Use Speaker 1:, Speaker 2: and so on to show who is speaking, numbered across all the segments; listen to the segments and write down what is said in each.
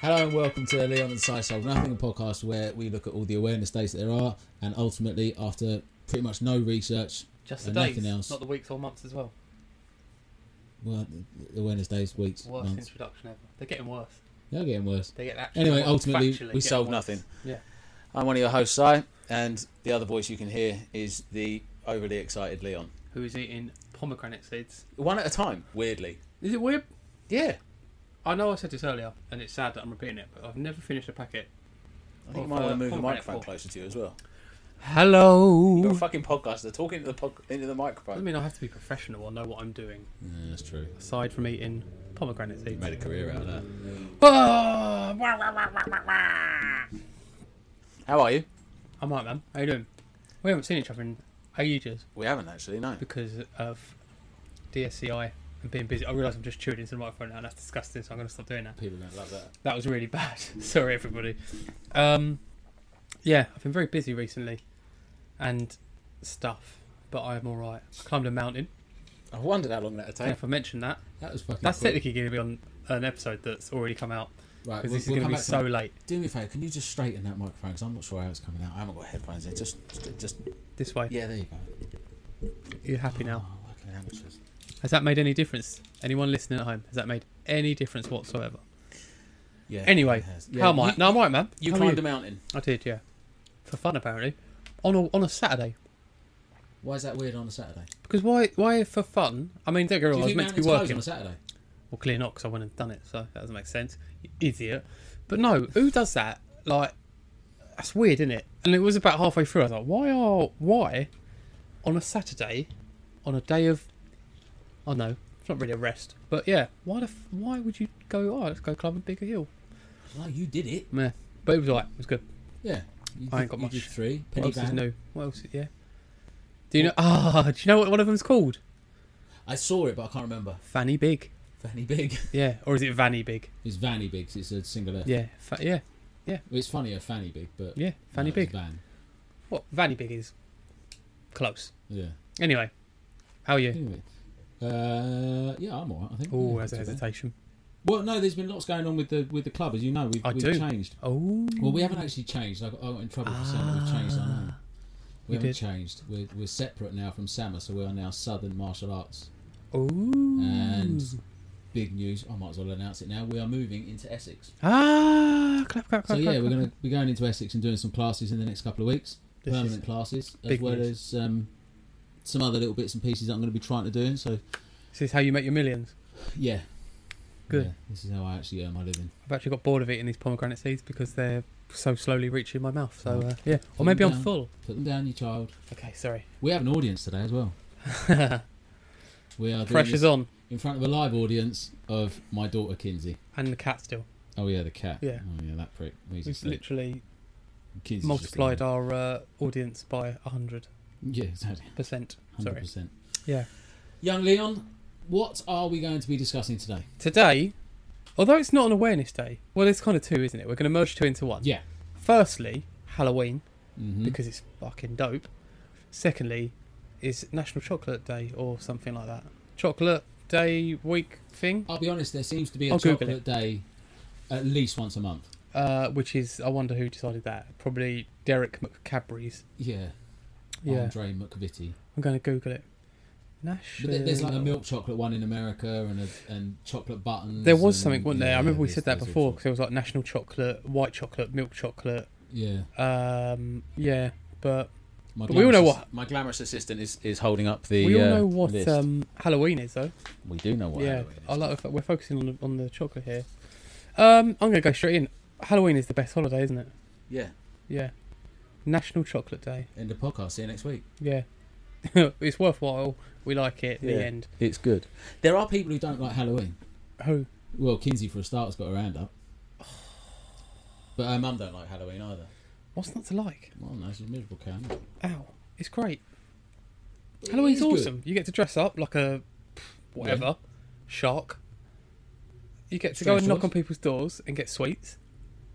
Speaker 1: Hello and welcome to Leon and Sci Sold Nothing, a podcast where we look at all the awareness days that there are, and ultimately, after pretty much no research,
Speaker 2: Just the
Speaker 1: and
Speaker 2: days,
Speaker 1: nothing else.
Speaker 2: not the weeks or months as well.
Speaker 1: well, awareness days, weeks,
Speaker 2: Worst
Speaker 1: months,
Speaker 2: introduction ever. They're getting worse.
Speaker 1: they're getting worse.
Speaker 2: They get actually
Speaker 1: Anyway,
Speaker 2: worse.
Speaker 1: ultimately,
Speaker 2: Factually
Speaker 1: we
Speaker 2: getting
Speaker 1: sold
Speaker 2: worse.
Speaker 1: nothing.
Speaker 2: Yeah.
Speaker 1: I'm one of your hosts, Si, and the other voice you can hear is the overly excited Leon.
Speaker 2: Who is eating pomegranate seeds?
Speaker 1: One at a time, weirdly.
Speaker 2: Is it weird?
Speaker 1: Yeah,
Speaker 2: I know I said this earlier, and it's sad that I'm repeating it, but I've never finished a packet.
Speaker 1: I think
Speaker 2: Of,
Speaker 1: you might want
Speaker 2: uh,
Speaker 1: to move the
Speaker 2: pomegranate
Speaker 1: microphone
Speaker 2: pulp.
Speaker 1: closer to you as well. You're a
Speaker 2: Hello.
Speaker 1: fucking podcaster, talking into the pod- into the
Speaker 2: Doesn't
Speaker 1: microphone.
Speaker 2: mean I have to be professional or know what I'm doing.
Speaker 1: that's true.
Speaker 2: Aside from eating pomegranate seeds.
Speaker 1: Made a career out of that.
Speaker 2: Ah, wah, wah, wah, wah, wah, wah.
Speaker 1: How are you?
Speaker 2: I'm right, man. How you doing? We haven't seen each other in ages
Speaker 1: We haven't actually, no.
Speaker 2: because of DSCI and being busy. I realise I'm just chewing into the microphone now, and that's disgusting. So I'm going to stop doing that.
Speaker 1: People don't love that.
Speaker 2: That was really bad. Sorry, everybody. Um, yeah, I've been very busy recently and stuff, but I'm all right. I climbed a mountain.
Speaker 1: I wondered how long that'd take.
Speaker 2: And if I mention that,
Speaker 1: That was fucking.
Speaker 2: that's
Speaker 1: quick.
Speaker 2: technically going to be on an episode that's already come out
Speaker 1: Right,
Speaker 2: because
Speaker 1: we'll,
Speaker 2: this
Speaker 1: we'll come
Speaker 2: is going to be
Speaker 1: back
Speaker 2: so
Speaker 1: that.
Speaker 2: late.
Speaker 1: Do me a favour. Can you just straighten that microphone? Because I'm not sure how it's coming out. I haven't got headphones in. Just, just, just
Speaker 2: This way,
Speaker 1: yeah. There you go.
Speaker 2: you're happy now.
Speaker 1: Oh, working amateurs.
Speaker 2: Has that made any difference? Anyone listening at home, has that made any difference whatsoever?
Speaker 1: Yeah.
Speaker 2: Anyway,
Speaker 1: it has.
Speaker 2: How am I?
Speaker 1: You,
Speaker 2: No, I'm right, man.
Speaker 1: you
Speaker 2: How are
Speaker 1: climbed a mountain.
Speaker 2: I did, yeah, for fun apparently, on a, on a Saturday.
Speaker 1: Why is that weird on a Saturday?
Speaker 2: Because why why for fun? I mean, don't get me
Speaker 1: Do
Speaker 2: wrong,
Speaker 1: you
Speaker 2: I was
Speaker 1: think
Speaker 2: meant to be
Speaker 1: mountains close
Speaker 2: working.
Speaker 1: on a Saturday?
Speaker 2: Well, clearly not, because I wouldn't have done it, so that doesn't make sense. You idiot. But no, who does that? Like, that's weird, isn't it? And it was about halfway through. I was like, why are why on a Saturday, on a day of, I don't know, it's not really a rest, but yeah, why the f- why would you go? Oh, let's go climb a bigger hill.
Speaker 1: No, you did it.
Speaker 2: Meh. But it was like it was good.
Speaker 1: Yeah. You
Speaker 2: I
Speaker 1: did,
Speaker 2: ain't got
Speaker 1: you
Speaker 2: much.
Speaker 1: Did three.
Speaker 2: What
Speaker 1: Penny
Speaker 2: else is
Speaker 1: band.
Speaker 2: new? What else? Yeah. Do you know? Ah, do you know what one of them's called?
Speaker 1: I saw it, but I can't remember.
Speaker 2: Fanny Big.
Speaker 1: Vanny Big.
Speaker 2: Yeah, or is it Vanny Big?
Speaker 1: it's Vanny Big. 'cause it's a single F.
Speaker 2: Yeah, fa- yeah,
Speaker 1: It's funnier Fanny Big, but
Speaker 2: yeah. Fanny
Speaker 1: no,
Speaker 2: Big.
Speaker 1: It's Van.
Speaker 2: What Vanny Big is close.
Speaker 1: Yeah.
Speaker 2: Anyway, how are you?
Speaker 1: Anyway. Uh, yeah, I'm alright. I think.
Speaker 2: Oh,
Speaker 1: Yeah,
Speaker 2: as a
Speaker 1: not too bad.
Speaker 2: hesitation.
Speaker 1: Well, no, there's been lots going on with the with the club, as you know. We've,
Speaker 2: I
Speaker 1: we've
Speaker 2: do.
Speaker 1: changed.
Speaker 2: Oh,
Speaker 1: Well, we haven't actually changed. I got, I got in trouble for saying that we've changed our name. We
Speaker 2: You
Speaker 1: haven't
Speaker 2: did.
Speaker 1: changed. We're, we're separate now from SAMA, so we are now Southern Martial Arts.
Speaker 2: oh,
Speaker 1: And big news, I might as well announce it now. We are moving into Essex.
Speaker 2: ah, clap, clap, clap.
Speaker 1: So yeah,
Speaker 2: clap,
Speaker 1: we're
Speaker 2: clap.
Speaker 1: going to be going into Essex and doing some classes in the next couple of weeks,
Speaker 2: This is
Speaker 1: permanent classes, as
Speaker 2: big
Speaker 1: well
Speaker 2: news.
Speaker 1: as um, some other little bits and pieces that I'm going to be trying to do. So
Speaker 2: This is how you make your millions.
Speaker 1: yeah,
Speaker 2: Good.
Speaker 1: Yeah, this is how I actually earn my living.
Speaker 2: I've actually got bored of eating these pomegranate seeds because they're so slowly reaching my mouth. So
Speaker 1: Oh.
Speaker 2: uh, yeah, or
Speaker 1: them
Speaker 2: maybe I'm
Speaker 1: down.
Speaker 2: full.
Speaker 1: Put them down, you child.
Speaker 2: Okay, sorry.
Speaker 1: We have an audience today as well. We are doing
Speaker 2: Pressure's
Speaker 1: this
Speaker 2: on,
Speaker 1: in front of a live audience of my daughter Kinsey.
Speaker 2: and the cat still.
Speaker 1: Oh yeah, the cat.
Speaker 2: Yeah.
Speaker 1: Oh yeah, that prick. He's
Speaker 2: We've
Speaker 1: asleep.
Speaker 2: literally
Speaker 1: Kinsey's
Speaker 2: multiplied
Speaker 1: just
Speaker 2: our uh, audience by hundred
Speaker 1: Yeah, exactly.
Speaker 2: percent.
Speaker 1: Hundred
Speaker 2: Sorry.
Speaker 1: percent.
Speaker 2: Yeah.
Speaker 1: Young Leon, what are we going to be discussing today?
Speaker 2: Today, although it's not an awareness day, well, it's kind of two, isn't it? We're going to merge two into one.
Speaker 1: Yeah.
Speaker 2: Firstly, Halloween
Speaker 1: Mm-hmm.
Speaker 2: because it's fucking dope. Secondly, is National Chocolate Day or something like that. Chocolate Day week thing,
Speaker 1: I'll be honest, there seems to be a
Speaker 2: I'll Google
Speaker 1: chocolate day at least once a month.
Speaker 2: uh, which is I wonder who decided that. Probably Derek McCabry's.
Speaker 1: Yeah.
Speaker 2: Yeah,
Speaker 1: Andre McVitie.
Speaker 2: I'm going to Google it. National.
Speaker 1: But there- there's like a milk chocolate one in America and a, and chocolate buttons.
Speaker 2: There was
Speaker 1: and-
Speaker 2: something, wasn't there?
Speaker 1: yeah,
Speaker 2: I remember we
Speaker 1: there's-
Speaker 2: said that
Speaker 1: there's all
Speaker 2: before
Speaker 1: sorts.
Speaker 2: because it was like National Chocolate, White Chocolate, Milk Chocolate.
Speaker 1: Yeah.
Speaker 2: Um, yeah, but
Speaker 1: My
Speaker 2: But we all know
Speaker 1: glamorous-
Speaker 2: what-
Speaker 1: my glamorous assistant is, is holding up the.
Speaker 2: we all
Speaker 1: uh,
Speaker 2: know what
Speaker 1: list.
Speaker 2: um, Halloween is, though.
Speaker 1: we do know what.
Speaker 2: yeah, Oh.
Speaker 1: Halloween is.
Speaker 2: I like. the fact We're focusing on the, on the chocolate here. Um, I'm gonna go straight in. Halloween is the best holiday, isn't it?
Speaker 1: Yeah,
Speaker 2: Yeah. National Chocolate Day.
Speaker 1: end the podcast. See you next week.
Speaker 2: Yeah. it's worthwhile. We like it.
Speaker 1: Yeah.
Speaker 2: The end.
Speaker 1: It's good. There are people who don't like Halloween.
Speaker 2: Who?
Speaker 1: Well, Kinsey for a start has got her hand up. But her mum don't like Halloween either.
Speaker 2: What's not to like?
Speaker 1: Well, no, she's a miserable can.
Speaker 2: Ow! It's great. Halloween's awesome. You get to dress up like a whatever shark. You get to go
Speaker 1: Strange
Speaker 2: and knock
Speaker 1: choice.
Speaker 2: on people's doors and get sweets.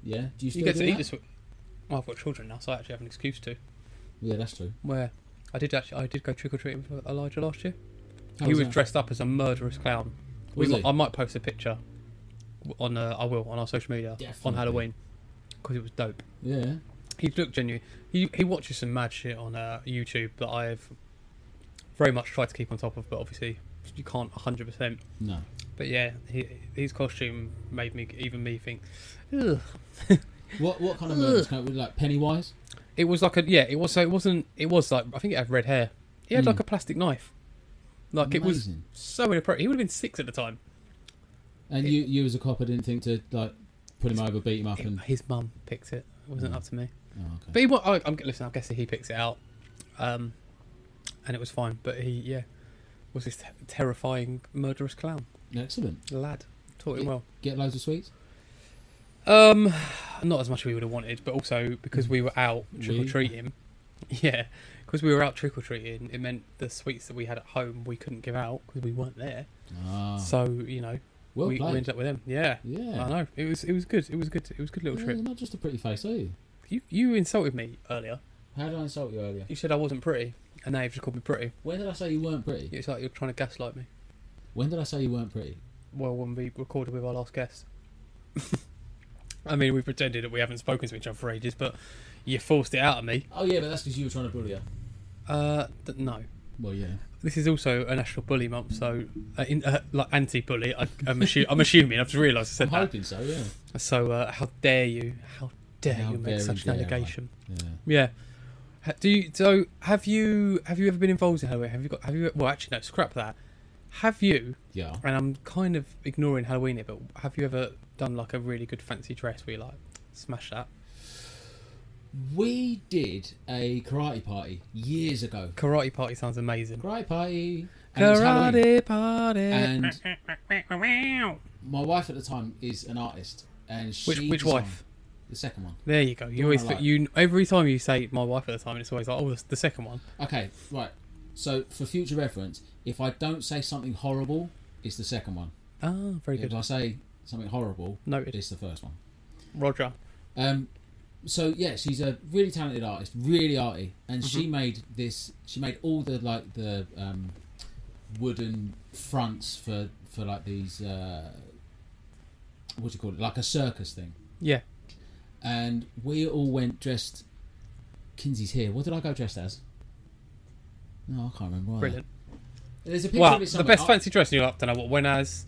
Speaker 1: Yeah. Do you still
Speaker 2: you get
Speaker 1: do
Speaker 2: to eat
Speaker 1: that?
Speaker 2: the sweet. Well, I've got children now, so I actually have an excuse to.
Speaker 1: Yeah, that's true.
Speaker 2: Where I did actually, I did go trick or treating with Elijah last year.
Speaker 1: How
Speaker 2: he was
Speaker 1: that?
Speaker 2: dressed up as a murderous clown. We
Speaker 1: Was
Speaker 2: mi-
Speaker 1: he?
Speaker 2: I might post a picture on uh, I will on our social media on
Speaker 1: Definitely.
Speaker 2: Halloween because it was dope.
Speaker 1: Yeah.
Speaker 2: He looked genuine. He he watches some mad shit on uh, YouTube that I've very much tried to keep on top of, but obviously you can't hundred percent.
Speaker 1: No.
Speaker 2: But yeah, he, his costume made me even me think. Ugh.
Speaker 1: What what kind of murders? Kind of, like Pennywise?
Speaker 2: It was like a yeah. It was so it wasn't. It was like I think it had red hair. He had
Speaker 1: Hmm.
Speaker 2: like a plastic knife. Like it was
Speaker 1: Amazing.
Speaker 2: so inappropriate. He would have been six at the time.
Speaker 1: And you you as a copper didn't think to like put him over, beat him up, and
Speaker 2: His mum picked it. It wasn't
Speaker 1: Hmm.
Speaker 2: up to me.
Speaker 1: oh, okay.
Speaker 2: But he, wa- I, I'm listen. I'm guessing he picks it out, um, and it was fine. But he, yeah, was this te- terrifying murderous clown
Speaker 1: Excellent.
Speaker 2: The lad. Taught him well.
Speaker 1: Get loads of sweets.
Speaker 2: Um, not as much as we would have wanted, but also because
Speaker 1: Hmm.
Speaker 2: we were out trick or treating. Yeah, because we were out trick or treating, it meant the sweets that we had at home we couldn't give out because we weren't there.
Speaker 1: Ah,
Speaker 2: So you know,
Speaker 1: well
Speaker 2: we, we
Speaker 1: played.
Speaker 2: ended up with them. Yeah. I
Speaker 1: yeah.
Speaker 2: know it was it was good. It was good. It was a good little
Speaker 1: Yeah,
Speaker 2: trip.
Speaker 1: Not just a pretty face, are you?
Speaker 2: You you insulted me earlier.
Speaker 1: How did I insult you earlier?
Speaker 2: You said I wasn't pretty, and now you've just called me pretty.
Speaker 1: When did I say you weren't pretty?
Speaker 2: It's like you're trying to gaslight me.
Speaker 1: When did I say you weren't pretty?
Speaker 2: Well, when we recorded with our last guest. I mean, we pretended that we haven't spoken to each other for ages, but you forced it out of me.
Speaker 1: Oh yeah, but that's because you were trying to bully her.
Speaker 2: Uh, th- no.
Speaker 1: Well, yeah.
Speaker 2: This is also a National Bully Month, so uh, in, uh, like anti-bully. I, I'm, assu- I'm assuming. I've just realised I
Speaker 1: I'm
Speaker 2: said that.
Speaker 1: hoping so. Yeah.
Speaker 2: So uh, how dare you? How dare
Speaker 1: How
Speaker 2: you make
Speaker 1: very
Speaker 2: such
Speaker 1: dare
Speaker 2: an
Speaker 1: I.
Speaker 2: allegation?
Speaker 1: Yeah.
Speaker 2: Yeah. Ha- Do you, so? Have you have you ever been involved in Halloween? Have you got? Have you? Well, actually, no. Scrap that. Have you?
Speaker 1: Yeah.
Speaker 2: And I'm kind of ignoring Halloween here, but have you ever done like a really good fancy dress where you like smash that
Speaker 1: We did a karate party years ago.
Speaker 2: karate party? Sounds amazing.
Speaker 1: Karate party. And it was Halloween.
Speaker 2: Karate party.
Speaker 1: And my wife at the time is an artist, and she
Speaker 2: which which
Speaker 1: designed-
Speaker 2: wife?
Speaker 1: The second one.
Speaker 2: There you go.
Speaker 1: one
Speaker 2: You always
Speaker 1: I like.
Speaker 2: you every time you say my wife at the time, it's always like oh the, the second one.
Speaker 1: Okay, right. So for future reference, if I don't say something horrible, it's the second one.
Speaker 2: Ah, very
Speaker 1: If
Speaker 2: good.
Speaker 1: I say something horrible,
Speaker 2: Noted.
Speaker 1: it's the first one.
Speaker 2: Roger.
Speaker 1: Um, so yeah, she's a really talented artist, really arty, and
Speaker 2: Mm-hmm.
Speaker 1: she made this. She made all the like the um, wooden fronts for for like these. Uh, what do you call it? Like a circus thing.
Speaker 2: Yeah.
Speaker 1: And we all went dressed. Kinsey's here. What did I go dressed as? No, I can't remember. either.
Speaker 2: Brilliant.
Speaker 1: There's a picture
Speaker 2: Wow,
Speaker 1: of it
Speaker 2: the
Speaker 1: somewhere.
Speaker 2: best
Speaker 1: I-
Speaker 2: fancy dress you're up to know what when as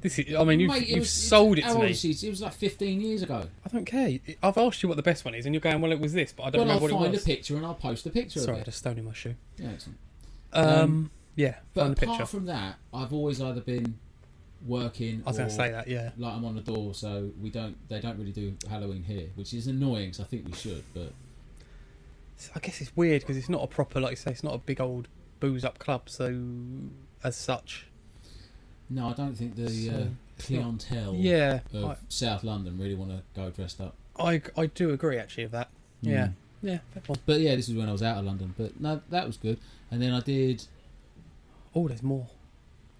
Speaker 2: this is. I mean, you've,
Speaker 1: Mate, it
Speaker 2: you've
Speaker 1: was-
Speaker 2: sold it
Speaker 1: how
Speaker 2: to
Speaker 1: old
Speaker 2: me.
Speaker 1: is she? It was like 15 years ago.
Speaker 2: I don't care. I've asked you what the best one is, and you're going, well, it was this, but I don't
Speaker 1: Well, I'll
Speaker 2: remember what
Speaker 1: find
Speaker 2: it
Speaker 1: a
Speaker 2: was.
Speaker 1: picture and I'll post a picture
Speaker 2: Sorry, I
Speaker 1: of
Speaker 2: had
Speaker 1: it.
Speaker 2: a stone in my shoe.
Speaker 1: Yeah, excellent.
Speaker 2: Um,
Speaker 1: Um,
Speaker 2: yeah,
Speaker 1: But
Speaker 2: find the
Speaker 1: apart
Speaker 2: picture.
Speaker 1: from that, I've always either been working.
Speaker 2: I was
Speaker 1: or
Speaker 2: going to say that. Yeah,
Speaker 1: Like I'm on the door, so we don't. They don't really do Halloween here, which is annoying. Because I think we should, but
Speaker 2: So I guess it's weird because it's not a proper, like you say, it's not a big old booze up club. So, as such,
Speaker 1: no, I don't think the uh,
Speaker 2: So,
Speaker 1: clientele
Speaker 2: yeah,
Speaker 1: of South London really want to go dressed up.
Speaker 2: I, I I do agree actually with that. Yeah,
Speaker 1: Mm.
Speaker 2: yeah, that one.
Speaker 1: But yeah, this is when I was out of London. But no, that was good. And then I did.
Speaker 2: Oh, there's more.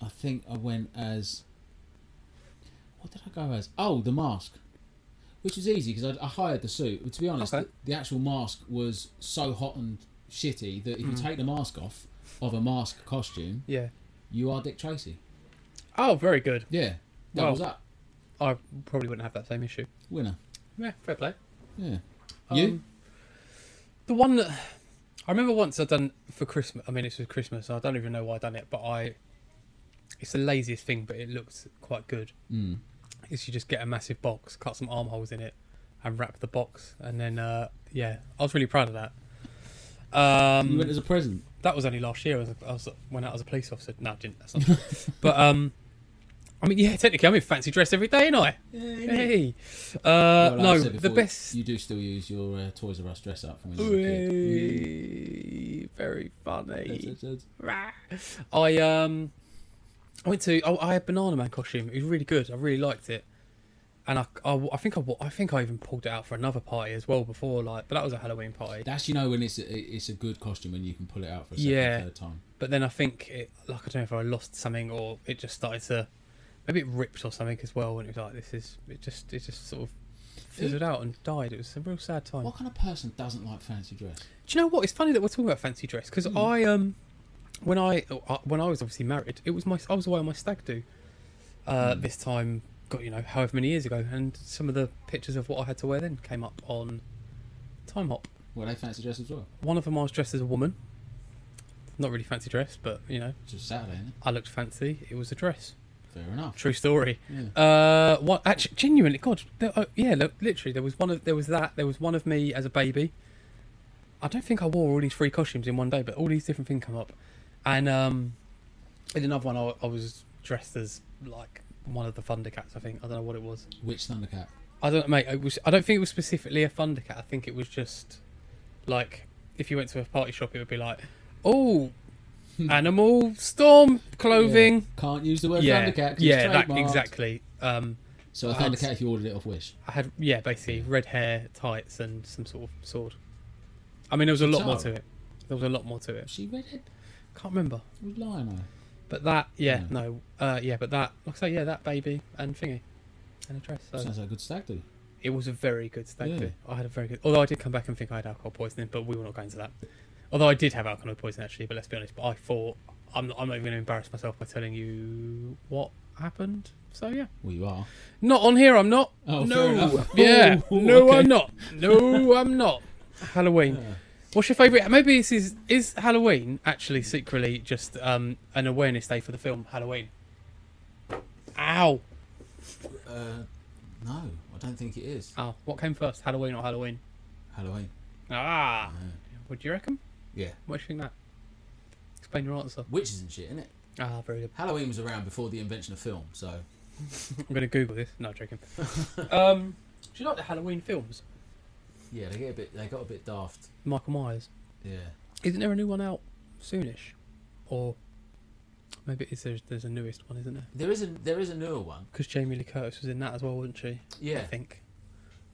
Speaker 1: I think I went as. What did I go as? Oh, the mask, which was easy because I, I hired the suit. But to be honest,
Speaker 2: Okay.
Speaker 1: the, the actual mask was so hot and shitty that if you
Speaker 2: Mm.
Speaker 1: take the mask off of a mask costume,
Speaker 2: Yeah.
Speaker 1: you are Dick Tracy.
Speaker 2: Oh, very good.
Speaker 1: Yeah, that
Speaker 2: Well-
Speaker 1: was up.
Speaker 2: I probably wouldn't have that same issue.
Speaker 1: Winner.
Speaker 2: Yeah, fair play.
Speaker 1: Yeah. You?
Speaker 2: Um, the one that I remember once I done for Christmas. I mean, this was Christmas. I don't even know why I done it, but I. It's the laziest thing, but it looks quite good.
Speaker 1: Mm.
Speaker 2: Is you just get a massive box, cut some armholes in it, and wrap the box, and then uh, yeah, I was really proud of that.
Speaker 1: you
Speaker 2: Um,
Speaker 1: went as a present.
Speaker 2: that was only last year. I was, I was went out as a police officer. No, I didn't. That's not. but um, I mean, yeah, technically, I'm in fancy dress every day, ain't I? Hey, uh,
Speaker 1: Well, like I
Speaker 2: no,
Speaker 1: said
Speaker 2: the
Speaker 1: before,
Speaker 2: best.
Speaker 1: You do still use your uh, Toys R Us dress up from when you were a kid.
Speaker 2: Ooh, very
Speaker 1: That's-
Speaker 2: funny.
Speaker 1: that's- that's-
Speaker 2: I um, I went to oh, I had Banana Man costume. It was really good. I really liked it, and I, I, I think I, wa- I think I even pulled it out for another party as well before. Like, but that was a Halloween party.
Speaker 1: That's you know when it's a, it's a good costume when you can pull it out for a second
Speaker 2: Yeah.
Speaker 1: third time.
Speaker 2: But then I think it, like I don't know if I lost something or it just started to, maybe it ripped or something as well. And it was like this is it just it just sort of fizzled out and died. It was a real sad time.
Speaker 1: What kind of person doesn't like fancy dress?
Speaker 2: Do you know what? It's funny that we're talking about fancy dress because I um, when I uh, when I was obviously married, it was my I was away on my stag do, uh, this time God, you know, however many years ago, and some of the pictures of what I had to wear then came up on Time Hop.
Speaker 1: Well, they fancy dress as well.
Speaker 2: One of them I was dressed as a woman. Not really fancy dress, but you know,
Speaker 1: It's just Saturday, isn't
Speaker 2: I looked fancy. It was a dress.
Speaker 1: it? Fair enough.
Speaker 2: True story.
Speaker 1: Yeah.
Speaker 2: Uh, what? Actually, genuinely, God, there, uh, yeah, look, literally, there was one of there was that there was one of me as a baby. I don't think I wore all these three costumes in one day, but all these different things come up, and um, in another one, I, I was dressed as like one of the Thundercats. I think I don't know what it was.
Speaker 1: Which Thundercat?
Speaker 2: I don't mate. It was. I don't think it was specifically a Thundercat. I think it was just like if you went to a party shop, it would be like, oh, animal storm clothing.
Speaker 1: Yeah. Can't use the word
Speaker 2: Yeah,
Speaker 1: Thundercat. 'cause
Speaker 2: yeah,
Speaker 1: it's
Speaker 2: that,
Speaker 1: trademarked.
Speaker 2: exactly. Um,
Speaker 1: So a
Speaker 2: I had-
Speaker 1: Thundercat if you ordered it off Wish.
Speaker 2: I had yeah, basically red hair, tights, and some sort of sword. I mean, there was a lot more
Speaker 1: Bizarre.
Speaker 2: to it. There was a lot more to it.
Speaker 1: She read it.
Speaker 2: Can't remember,
Speaker 1: It was lying on her.
Speaker 2: but that yeah,
Speaker 1: Yeah.
Speaker 2: no, uh, yeah, but that like I say, yeah, that baby and thingy, and a dress. So
Speaker 1: Sounds like a good stag do.
Speaker 2: it was a very good stag
Speaker 1: Yeah.
Speaker 2: do. I had a very good. Although I did come back and think I had alcohol poisoning, but we were not going to that. Although I did have alcohol poisoning actually, but let's be honest. But I thought I'm not, I'm not even going to embarrass myself by telling you what happened. So yeah,
Speaker 1: Well, you are.
Speaker 2: not on here. I'm not.
Speaker 1: Oh,
Speaker 2: no.
Speaker 1: fair enough.
Speaker 2: Yeah.
Speaker 1: Oh,
Speaker 2: no,
Speaker 1: okay.
Speaker 2: I'm not. No, I'm not. Halloween. What's your favourite? Maybe this is is Halloween actually secretly just um, an awareness day for the film Halloween. Ow.
Speaker 1: Uh, no, I don't think it is.
Speaker 2: Ow. What came first, Halloween or Halloween?
Speaker 1: Halloween.
Speaker 2: Ah.
Speaker 1: Yeah.
Speaker 2: What do you reckon?
Speaker 1: Yeah.
Speaker 2: What do you think that? Explain your answer.
Speaker 1: Witches and shit, innit?
Speaker 2: Ah, very good.
Speaker 1: Halloween was around before the invention of film, so.
Speaker 2: I'm going to Google this. No, joking. um, do you like the Halloween films?
Speaker 1: Yeah, they get a bit. They got a bit daft.
Speaker 2: Michael Myers.
Speaker 1: Yeah.
Speaker 2: Isn't there a new one out soonish? Or maybe it's there's, there's a newest one, isn't there?
Speaker 1: There is a there is a newer one.
Speaker 2: Because Jamie Lee Curtis was in that as well, wasn't she? I
Speaker 1: Yeah.
Speaker 2: think.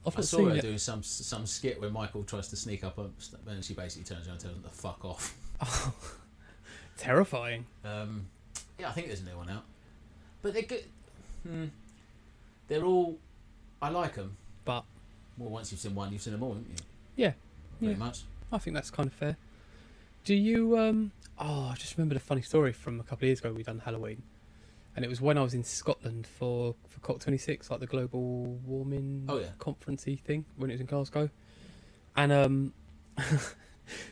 Speaker 2: I've
Speaker 1: I
Speaker 2: not
Speaker 1: saw
Speaker 2: seen
Speaker 1: her
Speaker 2: it.
Speaker 1: doing some some skit where Michael tries to sneak up on, and she basically turns around and tells him to fuck off.
Speaker 2: Terrifying.
Speaker 1: Um, yeah, I think there's a new one out, but they're good. Hmm. They're all. I like them.
Speaker 2: But
Speaker 1: Well, once you've seen one, you've seen them all, haven't you?
Speaker 2: Yeah.
Speaker 1: Pretty
Speaker 2: Yeah.
Speaker 1: much.
Speaker 2: I think that's kind of fair. Do you? um Oh, I just remembered a funny story from a couple of years ago. We done Halloween, and it was when I was in Scotland for for COP twenty six, like the global warming
Speaker 1: Oh, yeah.
Speaker 2: conferencey thing when it was in Glasgow, and um,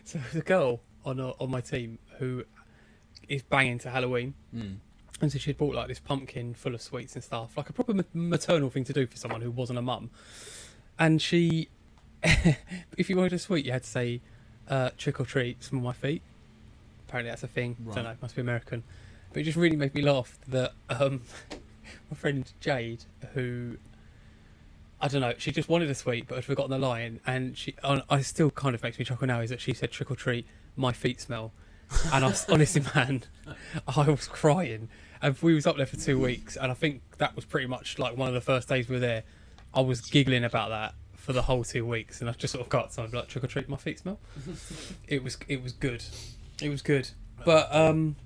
Speaker 2: so there's a girl on our- on my team who is banging to Halloween.
Speaker 1: Mm.
Speaker 2: And so she'd brought like this pumpkin full of sweets and stuff, like a proper ma- maternal thing to do for someone who wasn't a mum. And she, if you wanted a sweet, you had to say, uh, trick or treat, smell my feet. Apparently that's a thing.
Speaker 1: Right.
Speaker 2: Don't know, must be American. But it just really made me laugh that um, my friend Jade, who, I don't know, she just wanted a sweet but had forgotten the line. And she, and I still kind of makes me chuckle now, is that she said, trick or treat, my feet smell. And I was, honestly, man, I was crying. And we was up there for two weeks, and I think that was pretty much like one of the first days we were there. I was giggling about that for the whole two weeks, and I just sort of got something like trick or treat, my feet smell. it was it was good, it was good. But um,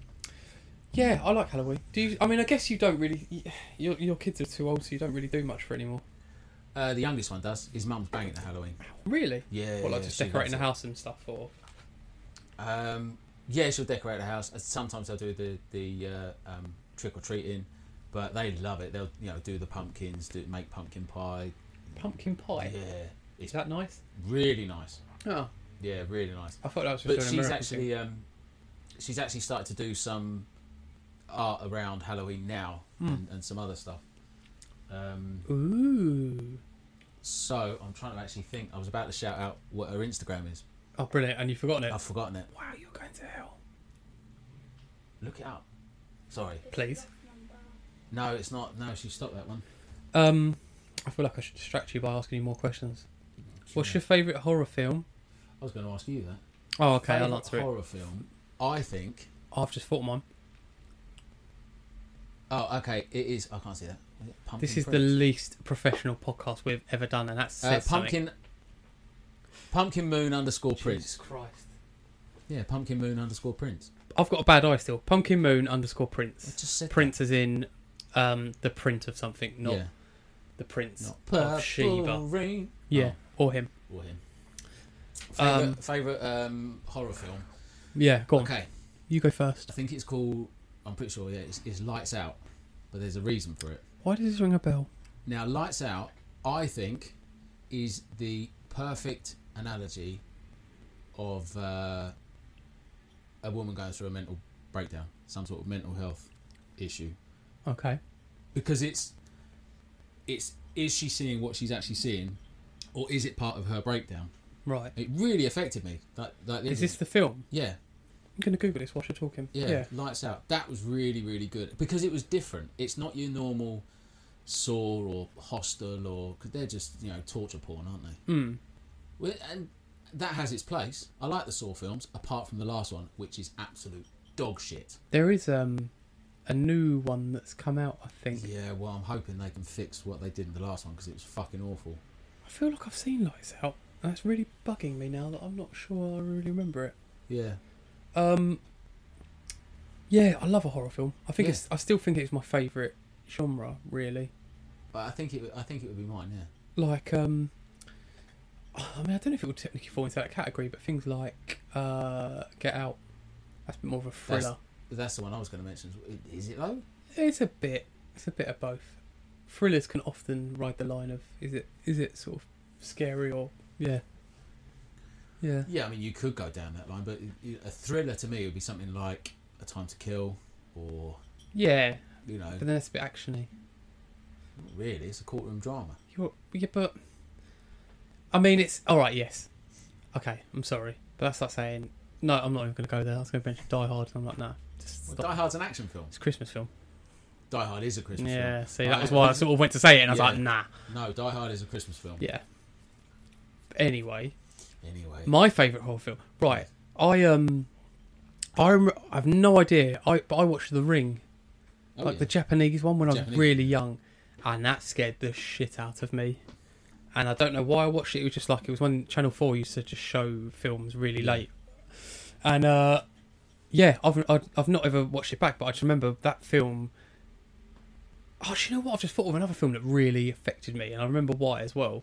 Speaker 2: yeah, I like Halloween. Do you? I mean, I guess you don't really. Your your kids are too old, so you don't really do much for it anymore.
Speaker 1: Uh, the youngest one does. His mum's banging at Halloween.
Speaker 2: Really?
Speaker 1: Yeah.
Speaker 2: Or like
Speaker 1: yeah,
Speaker 2: just
Speaker 1: she
Speaker 2: decorating the
Speaker 1: loves
Speaker 2: house and stuff, or
Speaker 1: it. Um, yeah, she'll decorate the house. Uh, Sometimes they'll do the the uh, um, trick or treating, but they love it. They'll you know do the pumpkins, do make pumpkin pie.
Speaker 2: pumpkin pie.
Speaker 1: Yeah,
Speaker 2: Is
Speaker 1: it's
Speaker 2: that nice?
Speaker 1: really nice.
Speaker 2: Oh,
Speaker 1: Yeah, really nice.
Speaker 2: I thought that was just
Speaker 1: but
Speaker 2: an
Speaker 1: she's
Speaker 2: American thing.
Speaker 1: actually um, she's actually started to do some art around Halloween now
Speaker 2: Hmm.
Speaker 1: and, and some other stuff. Um,
Speaker 2: Ooh.
Speaker 1: so I'm trying to actually think. I was about to shout out what her Instagram is.
Speaker 2: Oh, brilliant! And you've forgotten it.
Speaker 1: I've forgotten it.
Speaker 2: Wow, you're going to hell.
Speaker 1: Look it up. Sorry.
Speaker 2: Please.
Speaker 1: No, it's not. No, she stopped that one.
Speaker 2: Um, I feel like I should distract you by asking you more questions. What's your favourite horror film?
Speaker 1: I was going to ask you that.
Speaker 2: Oh, okay, I'll
Speaker 1: Favourite
Speaker 2: answer it.
Speaker 1: horror film. I think.
Speaker 2: I've just thought of mine.
Speaker 1: Oh, okay. It is. I can't see that. Is it Pumpkin
Speaker 2: This is the
Speaker 1: Prince?
Speaker 2: least professional podcast we've ever done, and that's
Speaker 1: uh, pumpkin. Pumpkin Moon underscore Prince.
Speaker 2: Christ.
Speaker 1: Yeah, Pumpkin Moon underscore Prince.
Speaker 2: I've got a bad eye still. Pumpkin Moon underscore
Speaker 1: I
Speaker 2: Prince.
Speaker 1: just said that.
Speaker 2: Prince as in um, the print of something, not
Speaker 1: yeah.
Speaker 2: the prince
Speaker 1: Not Oh.
Speaker 2: of Sheba.
Speaker 1: rain.
Speaker 2: Yeah, or him.
Speaker 1: Or him. Favorite,
Speaker 2: Um,
Speaker 1: favorite um, horror film.
Speaker 2: Yeah, go on.
Speaker 1: Okay,
Speaker 2: You go first.
Speaker 1: I think it's called. I'm pretty sure. Yeah, it's, it's Lights Out, but there's a reason for it.
Speaker 2: Why does this ring a bell?
Speaker 1: Now, lights out, I think, is the perfect analogy of uh, a woman going through a mental breakdown, some sort of mental health issue,
Speaker 2: Okay.
Speaker 1: because it's it's is she seeing what she's actually seeing, or is it part of her breakdown?
Speaker 2: Right.
Speaker 1: It really affected me. Like, like the
Speaker 2: Is
Speaker 1: other-
Speaker 2: this the film?
Speaker 1: Yeah,
Speaker 2: I'm going to Google this while you're talking.
Speaker 1: yeah,
Speaker 2: yeah.
Speaker 1: lights out. That was really, really good because it was different. It's not your normal Saw or Hostel or because they're just you know torture porn, aren't they?
Speaker 2: Mm.
Speaker 1: Well, and that has its place. I like the Saw films, apart from the last one, which is absolute dog shit.
Speaker 2: There is um a new one that's come out, I think.
Speaker 1: Yeah, well, I'm hoping they can fix what they did in the last one because it was fucking awful.
Speaker 2: I feel like I've seen Lights Out. and That's really bugging me now that I'm not sure I really remember it.
Speaker 1: Yeah,
Speaker 2: Um Yeah, I love a horror film. I think
Speaker 1: Yeah.
Speaker 2: it's I still think it's my favourite genre, really.
Speaker 1: but I think it. I think it would be mine. Yeah.
Speaker 2: Like um I mean I don't know if it would technically fall into that category, but things like uh Get Out. That's a bit more of a thriller.
Speaker 1: That's- That's the one I was going to mention. Is it though?
Speaker 2: It's a bit. It's a bit of both. Thrillers can often ride the line of is it is it sort of scary or yeah. Yeah.
Speaker 1: Yeah, I mean you could go down that line, but a thriller to me would be something like A Time to Kill, or
Speaker 2: Yeah,
Speaker 1: you know,
Speaker 2: but then it's a bit actiony.
Speaker 1: not really, it's a courtroom drama.
Speaker 2: You're yeah, but I mean it's all right. Yes. Okay, I'm sorry, but that's like saying no. I'm not even going to go there. I was going to mention Die Hard, and I'm like, no, just
Speaker 1: Well,
Speaker 2: stop.
Speaker 1: Die Hard's an action film.
Speaker 2: It's a Christmas film.
Speaker 1: Die Hard is a Christmas
Speaker 2: yeah, see,
Speaker 1: I-
Speaker 2: that was why I sort of went to say it, and I was
Speaker 1: Yeah.
Speaker 2: like, nah.
Speaker 1: film. No, Die Hard is a Christmas film.
Speaker 2: Yeah. Anyway,
Speaker 1: Anyway,
Speaker 2: My favorite horror film. Right. I um I rem- I have no idea. I but I watched The Ring,
Speaker 1: Oh,
Speaker 2: like
Speaker 1: yeah.
Speaker 2: the Japanese one when I was
Speaker 1: Japanese.
Speaker 2: really young, and that scared the shit out of me. And I don't know why I watched it. It was just like it was when Channel Four used to just show films really
Speaker 1: Yeah.
Speaker 2: late. And uh yeah, I've I've I've not ever watched it back, but I just remember that film. Oh, do you know what? I've just thought of another film that really affected me, and I remember why as well.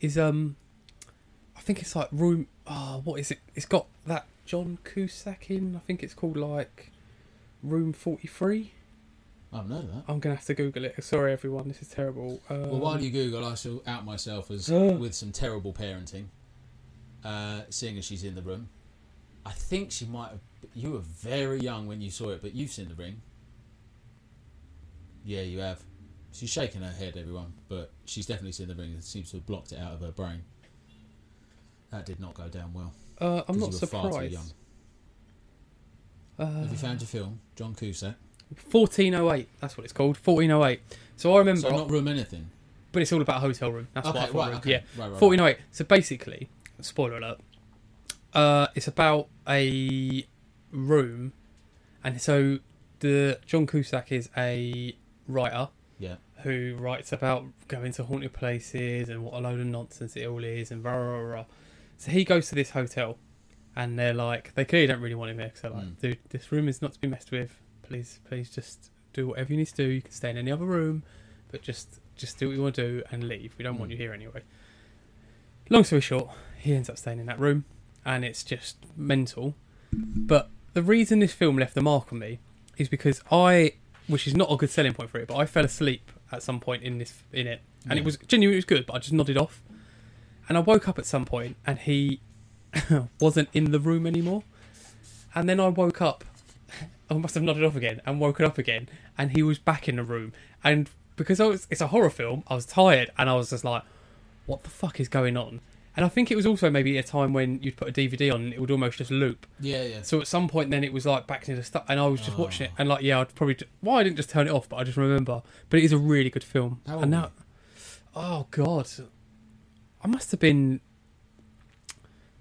Speaker 2: Is um I think it's like room. Oh, what is it? It's got that John Cusack in. I think it's called like Room Forty Three.
Speaker 1: I've heard of that.
Speaker 2: I'm gonna have to Google it. Sorry, everyone. This is terrible. Um, Uh.
Speaker 1: Well, while you Google, I shall out myself as
Speaker 2: Ugh.
Speaker 1: with some terrible parenting. Uh, seeing as she's in the room, I think she might have. You were very young when you saw it, but you've seen the ring. Yeah, you have. She's shaking her head, everyone, but she's definitely seen the ring and seems to have blocked it out of her brain. That did not go down well.
Speaker 2: uh, I'm
Speaker 1: 'cause
Speaker 2: not
Speaker 1: you were far too
Speaker 2: surprised.
Speaker 1: young.
Speaker 2: Uh,
Speaker 1: Have you found your film, John Cusack?
Speaker 2: 1408. That's what it's called. 1408. So I remember,
Speaker 1: So not room anything.
Speaker 2: but it's all about a hotel room. That's what I
Speaker 1: Okay,
Speaker 2: thought.
Speaker 1: right,
Speaker 2: room.
Speaker 1: okay.
Speaker 2: Yeah.
Speaker 1: Right, right, right.
Speaker 2: 1408. So basically, spoiler alert. Uh, it's about a room, and so the John Cusack is a writer.
Speaker 1: Yeah.
Speaker 2: who writes about going to haunted places and what a load of nonsense it all is and rah rah rah. rah. So he goes to this hotel, and they're like, they clearly don't really want him there because they're like,
Speaker 1: Mm.
Speaker 2: dude, this room is not to be messed with. Please, please, just do whatever you need to do. You can stay in any other room, but just just do what you want to do and leave. We don't want
Speaker 1: Mm.
Speaker 2: you here anyway. Long story short, he ends up staying in that room, and it's just mental. But the reason this film left the mark on me is because I, which is not a good selling point for it, but I fell asleep at some point in this in it, and
Speaker 1: Yeah.
Speaker 2: it was genuinely it was good, but I just nodded off, and I woke up at some point, and he wasn't in the room anymore, and then I woke up, I must have nodded off again and woken up again, and he was back in the room, and because I was, it's a horror film, I was tired, and I was just like, what the fuck is going on? And I think it was also maybe a time when you'd put a DVD on and it would almost just loop.
Speaker 1: Yeah, yeah.
Speaker 2: So at some point, then it was like back to the stuff, and I was just
Speaker 1: Oh.
Speaker 2: watching it, and like, yeah, I'd probably ju- well, I didn't just turn it off, but I just remember. But it is a really good film.
Speaker 1: How old
Speaker 2: and
Speaker 1: were
Speaker 2: now, oh god, I must have been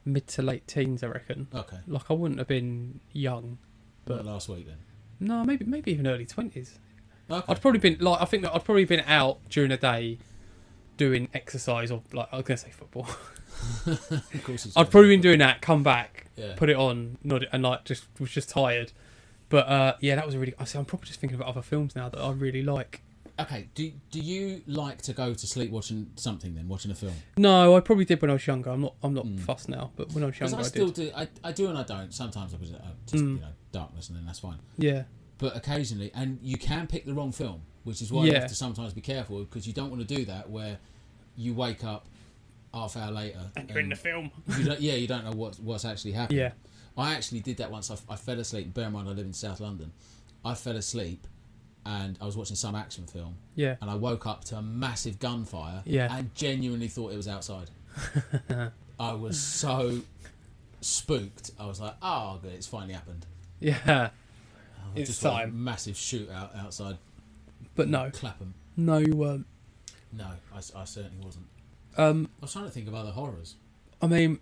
Speaker 2: mid to late teens, I reckon.
Speaker 1: Okay.
Speaker 2: Like I wouldn't have been young.
Speaker 1: But last week then.
Speaker 2: No, maybe maybe even early twenties.
Speaker 1: Okay.
Speaker 2: I'd probably been like I think that I'd probably been out during the day doing exercise or like I was gonna say football.
Speaker 1: of course it's
Speaker 2: I'd probably been doing that, come back,
Speaker 1: Yeah.
Speaker 2: put it on, nod it, and like just was just tired. But uh, yeah, that was a really. I see. I'm probably just thinking about other films now that I really like.
Speaker 1: Okay, do do you like to go to sleep watching something then, watching a film?
Speaker 2: No, I probably did when I was younger. I'm not. I'm not
Speaker 1: Mm.
Speaker 2: fussed now. But when I was
Speaker 1: Because
Speaker 2: younger,
Speaker 1: I
Speaker 2: I,
Speaker 1: still do.
Speaker 2: did.
Speaker 1: I, I do and I don't. Sometimes I was uh, just
Speaker 2: Mm.
Speaker 1: you know darkness and then that's fine.
Speaker 2: Yeah,
Speaker 1: But occasionally, and you can pick the wrong film. which is why you
Speaker 2: Yeah.
Speaker 1: have to sometimes be careful because you don't want to do that where you wake up half hour later
Speaker 2: And you're in the film.
Speaker 1: you don't, yeah, you don't know what what's actually happening.
Speaker 2: Yeah.
Speaker 1: I actually did that once. I, I fell asleep. Bear in mind, I live in South London. I fell asleep, and I was watching some action film,
Speaker 2: Yeah.
Speaker 1: and I woke up to a massive gunfire.
Speaker 2: Yeah.
Speaker 1: and genuinely thought it was outside. I was so spooked. I was like, "Oh, good, it's finally happened."
Speaker 2: Yeah.
Speaker 1: Oh,
Speaker 2: It's
Speaker 1: just like a
Speaker 2: time.
Speaker 1: massive shootout outside
Speaker 2: But no.
Speaker 1: Clapham.
Speaker 2: No, um, you weren't.
Speaker 1: No, I, s- I certainly wasn't.
Speaker 2: Um,
Speaker 1: I was trying to think of other horrors.
Speaker 2: I mean,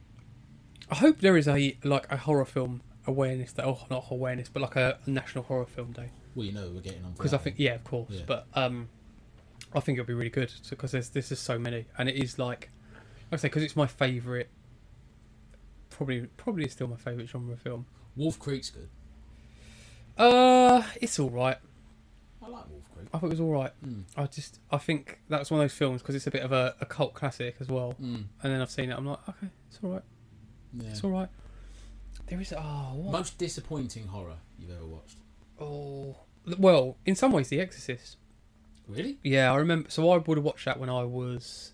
Speaker 2: I hope there is a like a horror film awareness day, oh, not awareness, but like a national horror film day.
Speaker 1: Well, you know, we're getting on for
Speaker 2: Because I
Speaker 1: that
Speaker 2: think, yeah, of course.
Speaker 1: Yeah.
Speaker 2: But um, I think it'll be really good because there's this is so many, and it is like, like I say, because it's my favourite. Probably, probably still my favourite genre of
Speaker 1: one.
Speaker 2: film.
Speaker 1: Wolf Creek's good.
Speaker 2: Uh, it's all right.
Speaker 1: I like Wolf Creek.
Speaker 2: I thought it was all right.
Speaker 1: Mm.
Speaker 2: I just, I think that's one of those films because it's a bit of a, a cult classic as well.
Speaker 1: Mm,
Speaker 2: And then I've seen it, I'm like, okay, it's all right,
Speaker 1: yeah.
Speaker 2: it's all right. There is, oh, what?
Speaker 1: Most disappointing horror you've ever watched?
Speaker 2: Oh, well, in some ways, The Exorcist.
Speaker 1: Really?
Speaker 2: Yeah, I remember. So I would have watched that when I was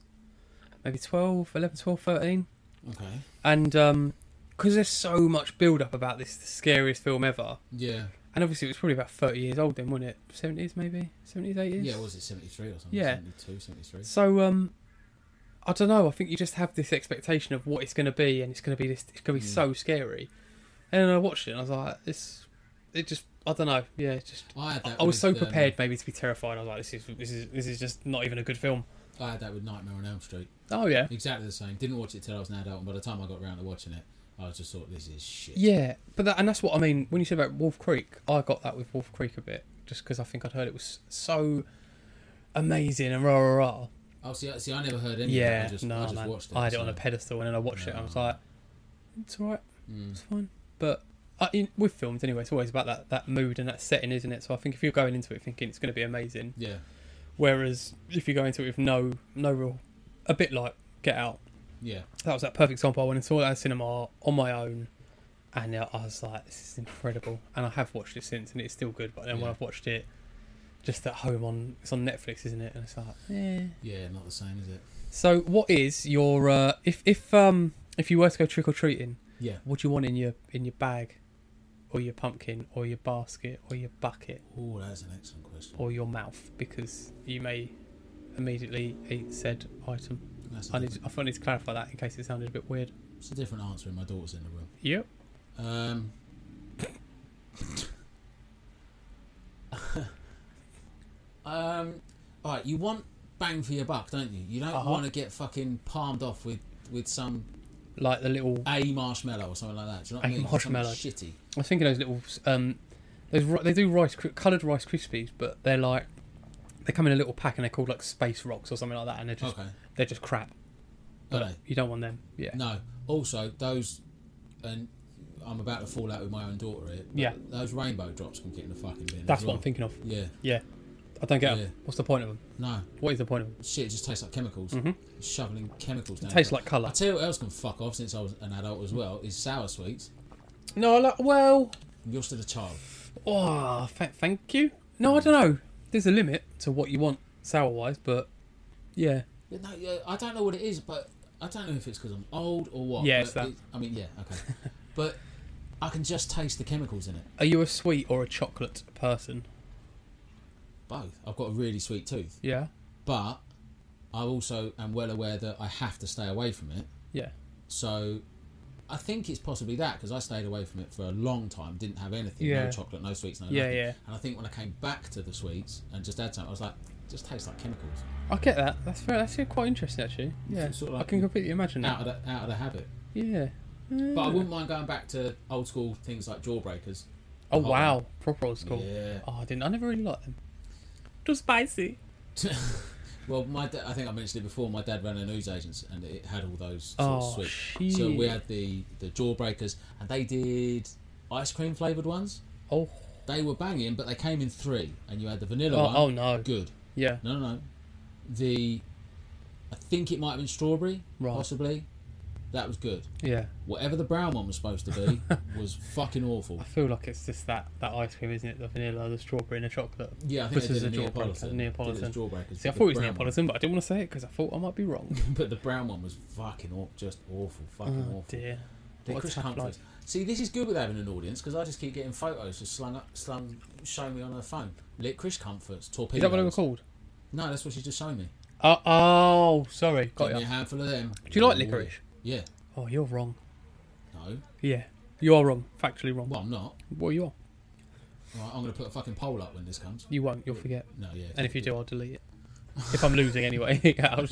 Speaker 2: maybe 12, 11, 12, 13.
Speaker 1: Okay.
Speaker 2: And um 'cause because there's so much build up about this, the scariest film ever.
Speaker 1: Yeah.
Speaker 2: And obviously, it was probably about 30 years old then, wasn't it? 70s, maybe? 70s, 80s?
Speaker 1: Yeah, was it 73 or something?
Speaker 2: Yeah.
Speaker 1: 72, 73.
Speaker 2: So um, I don't know. I think you just have this expectation of what it's going to be, and it's going to be this. It's going to be
Speaker 1: Mm.
Speaker 2: so scary. And then I watched it, and I was like, "This." It just. I don't know. Yeah, it just.
Speaker 1: I had that.
Speaker 2: I, I
Speaker 1: with,
Speaker 2: was so
Speaker 1: um,
Speaker 2: prepared, maybe, to be terrified. I was like, "This is. This is. This is just not even a good film."
Speaker 1: I had that with Nightmare on Elm Street.
Speaker 2: Oh yeah.
Speaker 1: Exactly the same. Didn't watch it till I was an adult, and by the time I got around to watching it, I just thought, this is shit.
Speaker 2: Yeah, but that, and that's what I mean when you said about Wolf Creek. I got that with Wolf Creek a bit, just because I think I'd heard it was so amazing and rah rah rah.
Speaker 1: Oh, see, I- see, I never heard any of
Speaker 2: Yeah,
Speaker 1: that. I just,
Speaker 2: no
Speaker 1: I just
Speaker 2: man,
Speaker 1: watched it.
Speaker 2: I had it on
Speaker 1: so-
Speaker 2: a pedestal, and then I watched it, and I was like, "It's alright."
Speaker 1: Mm.
Speaker 2: It's fine. But uh, in, with films, anyway, it's always about that, that mood and that setting, isn't it? So I think if you're going into it thinking it's going to be amazing,
Speaker 1: Yeah.
Speaker 2: whereas if you go into it with no no real, a bit like Get Out,
Speaker 1: Yeah.
Speaker 2: that was that perfect example. I went and saw that at cinema on my own, and uh, I was like, this is incredible. And I have watched it since, and it's still good. But then
Speaker 1: Yeah.
Speaker 2: when I've watched it, just at home on it's on Netflix, isn't it? And it's like, yeah.
Speaker 1: Yeah, not the same, is it?
Speaker 2: So what is your uh, if if um if you were to go trick or treating?
Speaker 1: Yeah.
Speaker 2: What do you want in your in your bag, or your pumpkin, or your basket, or your bucket,
Speaker 1: Oh, that's an excellent question.
Speaker 2: or your mouth? Because you may immediately eat said item.
Speaker 1: That's a
Speaker 2: I need to,
Speaker 1: different-
Speaker 2: I thought I need to clarify that in case it sounded a bit weird.
Speaker 1: it's a different answer, and my daughter's in the room.
Speaker 2: Yep.
Speaker 1: Um, um, all right, you want bang for your buck, don't you? You don't
Speaker 2: Uh-huh.
Speaker 1: want to get fucking palmed off with with some
Speaker 2: Like the little.
Speaker 1: a marshmallow or something like that. Do you know what
Speaker 2: A
Speaker 1: I mean? Something
Speaker 2: marshmallow.
Speaker 1: shitty.
Speaker 2: I think of those little. Um, those ri- they do rice coloured rice krispies, but they're like they come in a little pack and they're called like space rocks or something like that, and they're just
Speaker 1: Okay.
Speaker 2: they're just crap. But
Speaker 1: Okay.
Speaker 2: you don't want them. Yeah.
Speaker 1: No. Also, those and I'm about to fall out with my own daughter here. but
Speaker 2: Yeah.
Speaker 1: Those rainbow drops can get in the fucking bin. as
Speaker 2: That's what
Speaker 1: well.
Speaker 2: I'm thinking of.
Speaker 1: Yeah.
Speaker 2: Yeah. I don't get 'em.
Speaker 1: Yeah.
Speaker 2: What's the point of them?
Speaker 1: No.
Speaker 2: What is the point of them?
Speaker 1: Shit, it just tastes like chemicals. Shoveling chemicals down.
Speaker 2: Mm-hmm. Tastes
Speaker 1: your-
Speaker 2: like colour.
Speaker 1: I tell you what else can fuck off since I was an adult as well is sour sweets.
Speaker 2: No, I like, well,
Speaker 1: You're still a child.
Speaker 2: oh, th- thank you. No, I don't know. There's a limit to what you want sour wise, but yeah,
Speaker 1: But No, yeah, I don't know what it is, but I don't know if it's because I'm old or what.
Speaker 2: Yeah,
Speaker 1: but
Speaker 2: it's that.
Speaker 1: it- I mean, yeah, okay. but I can just taste the chemicals in it.
Speaker 2: are you a sweet or a chocolate person?
Speaker 1: Both. I've got a really sweet tooth,
Speaker 2: Yeah,
Speaker 1: but I also am well aware that I have to stay away from it.
Speaker 2: yeah,
Speaker 1: So I think it's possibly that because I stayed away from it for a long time, didn't have anything,
Speaker 2: Yeah.
Speaker 1: no chocolate, no sweets, no
Speaker 2: Yeah,
Speaker 1: nothing.
Speaker 2: yeah.
Speaker 1: And I think when I came back to the sweets and just had some, I was like, just tastes like chemicals.
Speaker 2: I get that. That's fair. That's quite interesting actually. Yeah,
Speaker 1: It's sort of
Speaker 2: I
Speaker 1: like
Speaker 2: can completely imagine
Speaker 1: out
Speaker 2: that.
Speaker 1: of the, out of the habit.
Speaker 2: Yeah.
Speaker 1: But I wouldn't mind going back to old school things like jawbreakers.
Speaker 2: Oh wow, proper old school.
Speaker 1: Uh-huh. Yeah.
Speaker 2: Oh, I didn't. I never really liked them. Too spicy.
Speaker 1: Well, my da- I think I mentioned it before. My dad ran a news agency, and it had all those sorts
Speaker 2: Oh
Speaker 1: of sweets.
Speaker 2: shit.
Speaker 1: So we had the the jawbreakers, and they did ice cream flavored ones.
Speaker 2: Oh.
Speaker 1: They were banging, but they came in three, and you had the vanilla
Speaker 2: Oh,
Speaker 1: one.
Speaker 2: oh no.
Speaker 1: good.
Speaker 2: Yeah.
Speaker 1: No, no, no. The I think it might have been strawberry,
Speaker 2: Right.
Speaker 1: possibly, That was good.
Speaker 2: Yeah.
Speaker 1: Whatever the brown one was supposed to be was fucking awful.
Speaker 2: I feel like it's just that, that ice cream, isn't it? The vanilla, the strawberry, and the chocolate.
Speaker 1: Yeah, I think
Speaker 2: This
Speaker 1: they
Speaker 2: is
Speaker 1: did
Speaker 2: a
Speaker 1: a
Speaker 2: drawback,
Speaker 1: Neapolitan.
Speaker 2: a Neapolitan.
Speaker 1: Did it as drawback as
Speaker 2: See, I
Speaker 1: the
Speaker 2: thought it was
Speaker 1: brown
Speaker 2: Neapolitan, but I didn't want to say it because I thought I might be wrong.
Speaker 1: one. But the brown one was fucking awful, just awful, fucking
Speaker 2: Oh
Speaker 1: awful.
Speaker 2: dear.
Speaker 1: They're
Speaker 2: What a
Speaker 1: Chris
Speaker 2: tough
Speaker 1: Humphries.
Speaker 2: life.
Speaker 1: See, this is good with having an audience because I just keep getting photos just slung up, slung, showing me on her phone. Lit Chris Comforts, torpedoes.
Speaker 2: Is that what they were called?
Speaker 1: No, that's what she's just showing me.
Speaker 2: Oh, oh sorry.
Speaker 1: Got
Speaker 2: Got
Speaker 1: me a
Speaker 2: you.
Speaker 1: handful of them.
Speaker 2: Do you like licorice?
Speaker 1: Yeah.
Speaker 2: Oh, you're wrong.
Speaker 1: No.
Speaker 2: Yeah. You are wrong. Factually wrong.
Speaker 1: Well, I'm not.
Speaker 2: Well, you are.
Speaker 1: All right, I'm going to put a fucking poll up when this comes.
Speaker 2: You won't. You'll forget.
Speaker 1: No, yeah.
Speaker 2: And if you do, I'll delete it. If I'm losing anyway, I'll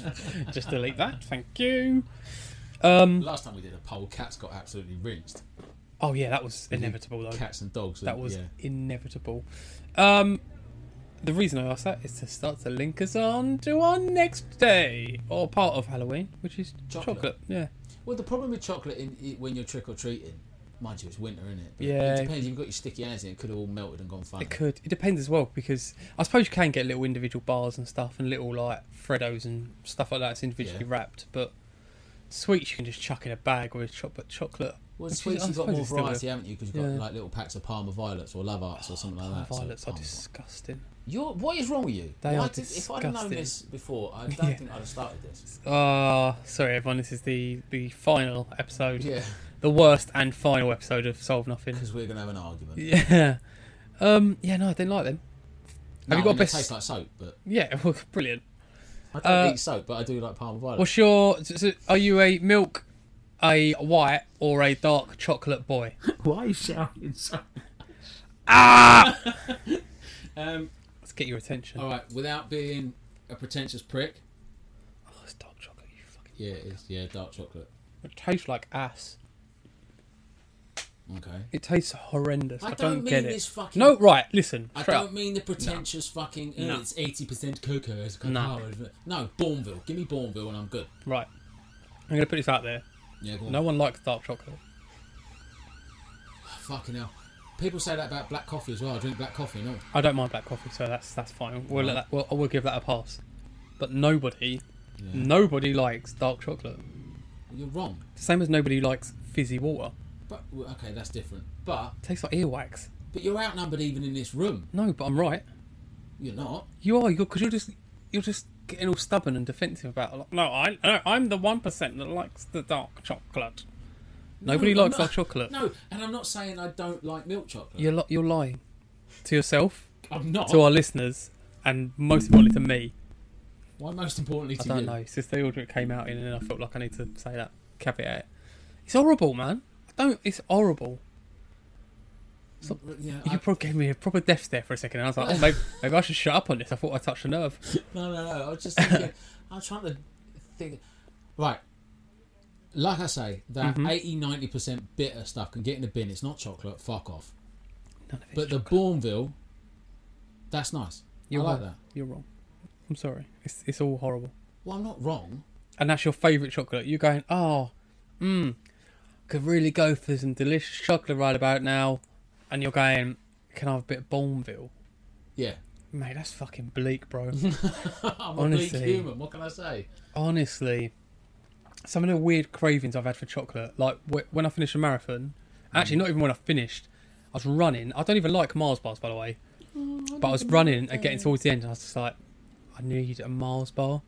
Speaker 2: just delete that. Thank you. Um.
Speaker 1: Last time we did a poll, cats got absolutely rinsed.
Speaker 2: Oh yeah, that was inevitable though.
Speaker 1: Cats and dogs.
Speaker 2: That was
Speaker 1: Yeah.
Speaker 2: inevitable. Um, the reason I asked that is to start to link us on to our next day or part of Halloween, which is
Speaker 1: Chocolate.
Speaker 2: chocolate. Yeah,
Speaker 1: Well, the problem with chocolate in, i when you're trick or treating, mind you, it's winter, isn't it? But
Speaker 2: Yeah.
Speaker 1: It depends. If you've got your sticky hands in, it could have all melted and gone funny.
Speaker 2: it could. It depends as well because I suppose you can get little individual bars and stuff and little like Freddos and stuff like that. It's individually
Speaker 1: Yeah.
Speaker 2: wrapped, but sweets you can just chuck in a bag with chocolate chocolate.
Speaker 1: Well,
Speaker 2: Which is-
Speaker 1: sweets,
Speaker 2: I
Speaker 1: you've got
Speaker 2: suppose
Speaker 1: more
Speaker 2: it's still
Speaker 1: variety, haven't you? Because you've got
Speaker 2: Yeah.
Speaker 1: like little packs of Parma violets or love arts or something like that. Oh, so
Speaker 2: Violets are
Speaker 1: Parma
Speaker 2: disgusting.
Speaker 1: You're, what is wrong with you?
Speaker 2: They
Speaker 1: Why
Speaker 2: are
Speaker 1: did- if I'd have known
Speaker 2: disgusting.
Speaker 1: this before, I don't
Speaker 2: Yeah.
Speaker 1: think I'd have started this.
Speaker 2: Ah, sorry everyone. This is the the final episode,
Speaker 1: Yeah,
Speaker 2: the worst and final episode of Solve Nothing.
Speaker 1: because we're going to have an argument.
Speaker 2: Yeah. Um. Yeah. No, I didn't like them.
Speaker 1: No,
Speaker 2: Have
Speaker 1: I
Speaker 2: you got
Speaker 1: mean,
Speaker 2: best-
Speaker 1: It tastes like soap, but
Speaker 2: Yeah. Well, brilliant.
Speaker 1: I don't
Speaker 2: Uh,
Speaker 1: eat soap, but I do like Parma violet.
Speaker 2: What's your? So, so are you a milk, a white, or a dark chocolate boy?
Speaker 1: Why are you shouting so?
Speaker 2: ah!
Speaker 1: Um,
Speaker 2: Let's get your attention.
Speaker 1: all right, without being a pretentious prick.
Speaker 2: Oh, it's dark chocolate. You fucking.
Speaker 1: Yeah, it is. Yeah, dark chocolate.
Speaker 2: It tastes like ass.
Speaker 1: Okay.
Speaker 2: It tastes horrendous. I,
Speaker 1: I don't
Speaker 2: get
Speaker 1: mean
Speaker 2: it.
Speaker 1: this fucking-
Speaker 2: No. Right. Listen.
Speaker 1: I
Speaker 2: straight
Speaker 1: don't
Speaker 2: up.
Speaker 1: mean the pretentious fucking. "Oh,
Speaker 2: No.
Speaker 1: It's eighty percent cocoa. It's
Speaker 2: No.
Speaker 1: cacao. No, Bourneville. Give me Bourneville and I'm good.
Speaker 2: Right. I'm gonna put this out there.
Speaker 1: Yeah, go on.
Speaker 2: No one likes dark chocolate.
Speaker 1: Fucking hell. People say that about black coffee as well. I drink black coffee, no.
Speaker 2: I don't mind black coffee, so that's that's fine. We'll let that. We'll, I will give that a pass. But nobody, nobody likes dark chocolate.
Speaker 1: You're wrong.
Speaker 2: Same as nobody likes fizzy water.
Speaker 1: But well, okay, that's different. But
Speaker 2: tastes like earwax.
Speaker 1: but you're outnumbered even in this room.
Speaker 2: No, but I'm right.
Speaker 1: You're not.
Speaker 2: You are. You're because you're just you're just getting all stubborn and defensive about. It. Like, no, I no, I'm the one percent that likes the dark chocolate. Nobody
Speaker 1: No, I'm
Speaker 2: likes
Speaker 1: not-
Speaker 2: dark chocolate.
Speaker 1: No, and I'm not saying I don't like milk chocolate.
Speaker 2: You're li- you're lying to yourself,
Speaker 1: I'm not.
Speaker 2: to our listeners, and most importantly to me.
Speaker 1: Why most importantly
Speaker 2: I
Speaker 1: to
Speaker 2: don't
Speaker 1: you?
Speaker 2: know. It's just the order it came out in, and I felt like I need to say that caveat. It's horrible, man. I don't. It's horrible. Stop.
Speaker 1: Yeah,
Speaker 2: You
Speaker 1: I,
Speaker 2: probably gave me a proper death stare for a second, and I was like, oh, maybe, maybe I should shut up on this. I thought I touched a nerve.
Speaker 1: no, no, no. I was just thinking. I'm trying to think. Right. Like I say, that
Speaker 2: Mm-hmm.
Speaker 1: 80 90% bitter stuff can get in the bin. It's not chocolate. Fuck off.
Speaker 2: None of it.
Speaker 1: But the Bourneville, that's nice.
Speaker 2: You're
Speaker 1: I like
Speaker 2: wrong.
Speaker 1: that.
Speaker 2: You're wrong. I'm sorry. It's it's all horrible.
Speaker 1: Well, I'm not wrong.
Speaker 2: And that's your favourite chocolate. You're going, oh, mmm, could really go for some delicious chocolate right about now. And you're going, can I have a bit of Bourneville?
Speaker 1: Yeah.
Speaker 2: Mate, that's fucking bleak, bro.
Speaker 1: I'm a
Speaker 2: Honestly.
Speaker 1: bleak human. What can I say?
Speaker 2: Honestly, some of the weird cravings I've had for chocolate, like wh- when I finished a marathon, actually, not even when I finished, I was running. I don't even like Mars bars, by the way. But I was running and getting towards the end, and I was just like, I need a Mars bar.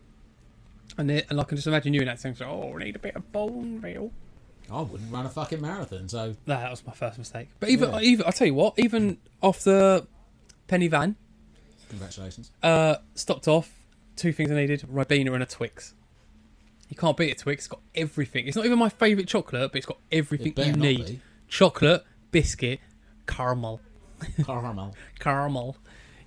Speaker 2: And, it, and I can just imagine you in that thing, like, oh, I need a bit of bone meal.
Speaker 1: I wouldn't run a fucking marathon. So
Speaker 2: Nah, that was my first mistake. But even,
Speaker 1: Yeah.
Speaker 2: even I'll tell you what, even off the penny van,
Speaker 1: congratulations.
Speaker 2: uh, stopped off. Two things I needed: Ribena and a Twix. You can't beat a Twix. It's got everything. It's not even my favourite chocolate, but it's got everything
Speaker 1: It better
Speaker 2: you
Speaker 1: not
Speaker 2: need:
Speaker 1: be.
Speaker 2: chocolate, biscuit, caramel,
Speaker 1: Caramel.
Speaker 2: caramel.